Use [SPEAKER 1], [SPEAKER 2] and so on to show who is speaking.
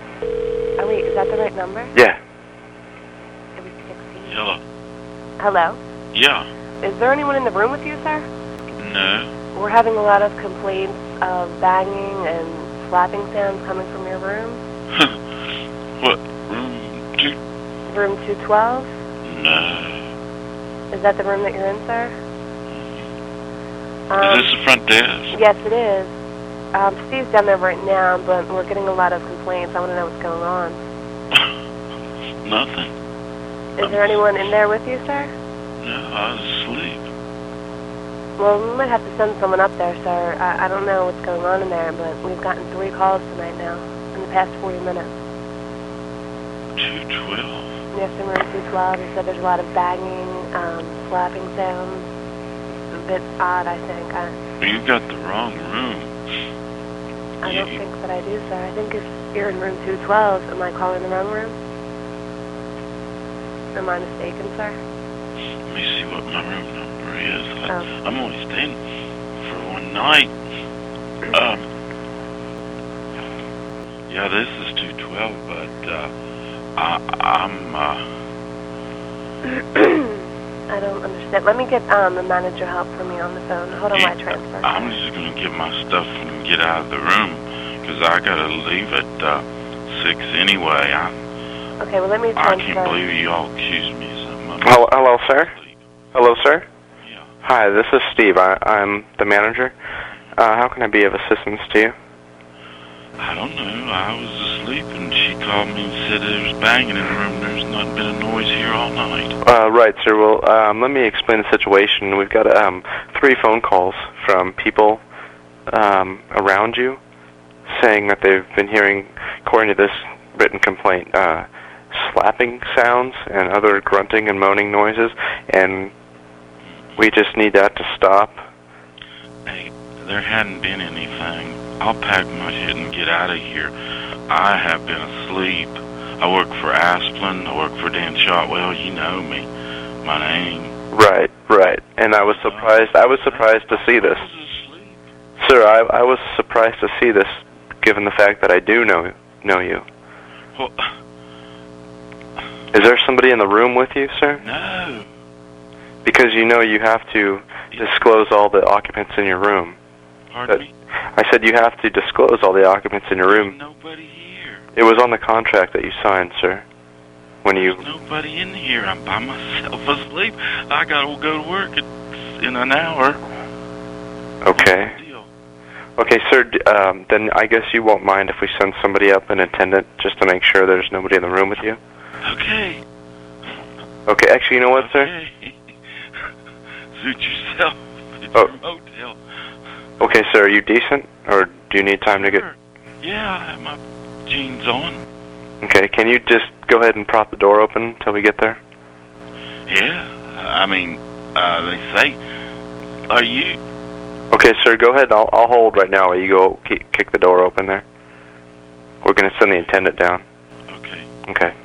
[SPEAKER 1] Oh, right number?
[SPEAKER 2] Yeah.
[SPEAKER 1] It was 60.
[SPEAKER 3] Hello.
[SPEAKER 1] Hello?
[SPEAKER 3] Yeah.
[SPEAKER 1] Is there anyone in the room with you, sir?
[SPEAKER 3] No.
[SPEAKER 1] We're having a lot of complaints of banging and slapping sounds coming from your room.
[SPEAKER 3] what? Room two?
[SPEAKER 1] Room 212?
[SPEAKER 3] No.
[SPEAKER 1] Is that the room that you're in, sir?
[SPEAKER 3] Is
[SPEAKER 1] Um,
[SPEAKER 3] this the front desk?
[SPEAKER 1] yes, it is. Um, Steve's down there right now, but we're getting a lot of complaints. I want to know what's going on.
[SPEAKER 3] Nothing.
[SPEAKER 1] Is there anyone in there with you, sir?
[SPEAKER 3] No, I was asleep.
[SPEAKER 1] Well, we might have to send someone up there, sir. I, I don't know what's going on in there, but we've gotten three calls tonight now in the past 40 minutes.
[SPEAKER 3] Two twelve.
[SPEAKER 1] Yes, in room 212, you said there's a lot of banging, um, slapping sounds. A bit odd, I think. I,
[SPEAKER 3] You got the wrong room.
[SPEAKER 1] I don't
[SPEAKER 3] Yeah.
[SPEAKER 1] think that I do, sir. I think if you're in room 212, am I calling the wrong room? Am I mistaken, sir?
[SPEAKER 3] Let me see what my room number is. I,
[SPEAKER 1] Oh.
[SPEAKER 3] I'm only staying for one night. Um. Yeah, this is two twelve, but uh, I, I'm uh,
[SPEAKER 1] I don't understand. Let me get um, the manager help for me on the phone. Hold on,
[SPEAKER 3] Yeah,
[SPEAKER 1] my transfer.
[SPEAKER 3] I'm just gonna get my stuff and get out of the room 'cause I gotta leave at uh, six anyway. I
[SPEAKER 1] Okay, well, let me
[SPEAKER 3] I
[SPEAKER 1] transfer.
[SPEAKER 3] can't believe you all accused me of something.
[SPEAKER 2] Hello, hello, sir. Hello, sir.
[SPEAKER 3] Yeah.
[SPEAKER 2] Hi, this is Steve. I, I'm the manager. Uh, how can I be of assistance to you?
[SPEAKER 3] I don't know. I was asleep and she called me and said there was banging in the room. There's not been a noise here all night.
[SPEAKER 2] Uh, right, sir. Well, um, let me explain the situation. We've got um, three phone calls from people um, around you saying that they've been hearing, according to this written complaint, uh, slapping sounds and other grunting and moaning noises, and we just need that to stop.
[SPEAKER 3] Hey, there hadn't been anything. I'll pack my shit and get out of here. I have been asleep. I work for Asplin. I work for Dan Shotwell. You know me. My name.
[SPEAKER 2] Right, right. And I was surprised. I was surprised to see this,
[SPEAKER 3] I was asleep.
[SPEAKER 2] sir. I, I was surprised to see this, given the fact that I do know know you.
[SPEAKER 3] Well,
[SPEAKER 2] Is there somebody in the room with you, sir?
[SPEAKER 3] no.
[SPEAKER 2] Because you know you have to disclose all the occupants in your room.
[SPEAKER 3] Pardon
[SPEAKER 2] Uh,
[SPEAKER 3] me?
[SPEAKER 2] I said you have to disclose all the occupants in your room.
[SPEAKER 3] Nobody here.
[SPEAKER 2] It was on the contract that you signed, sir. When you
[SPEAKER 3] There's nobody in here. I'm by myself asleep. I gotta go to work at, in an hour.
[SPEAKER 2] okay,
[SPEAKER 3] Deal.
[SPEAKER 2] okay, sir. d- Um, then I guess you won't mind if we send somebody up, an attendant, just to make sure there's nobody in the room with you.
[SPEAKER 3] Okay.
[SPEAKER 2] Okay, actually, you know what, sir?
[SPEAKER 3] okay. Suit yourself. It's
[SPEAKER 2] Oh.
[SPEAKER 3] your motel.
[SPEAKER 2] Okay, sir. Are you decent, or do you need time to get?
[SPEAKER 3] Sure. Yeah, I have my jeans on.
[SPEAKER 2] Okay, can you just go ahead and prop the door open until we get there?
[SPEAKER 3] Yeah. I mean, uh, they say, are you?
[SPEAKER 2] Okay, sir. Go ahead. I'll I'll hold right now. while You go ki- kick the door open there. We're gonna send the attendant down.
[SPEAKER 3] Okay.
[SPEAKER 2] Okay.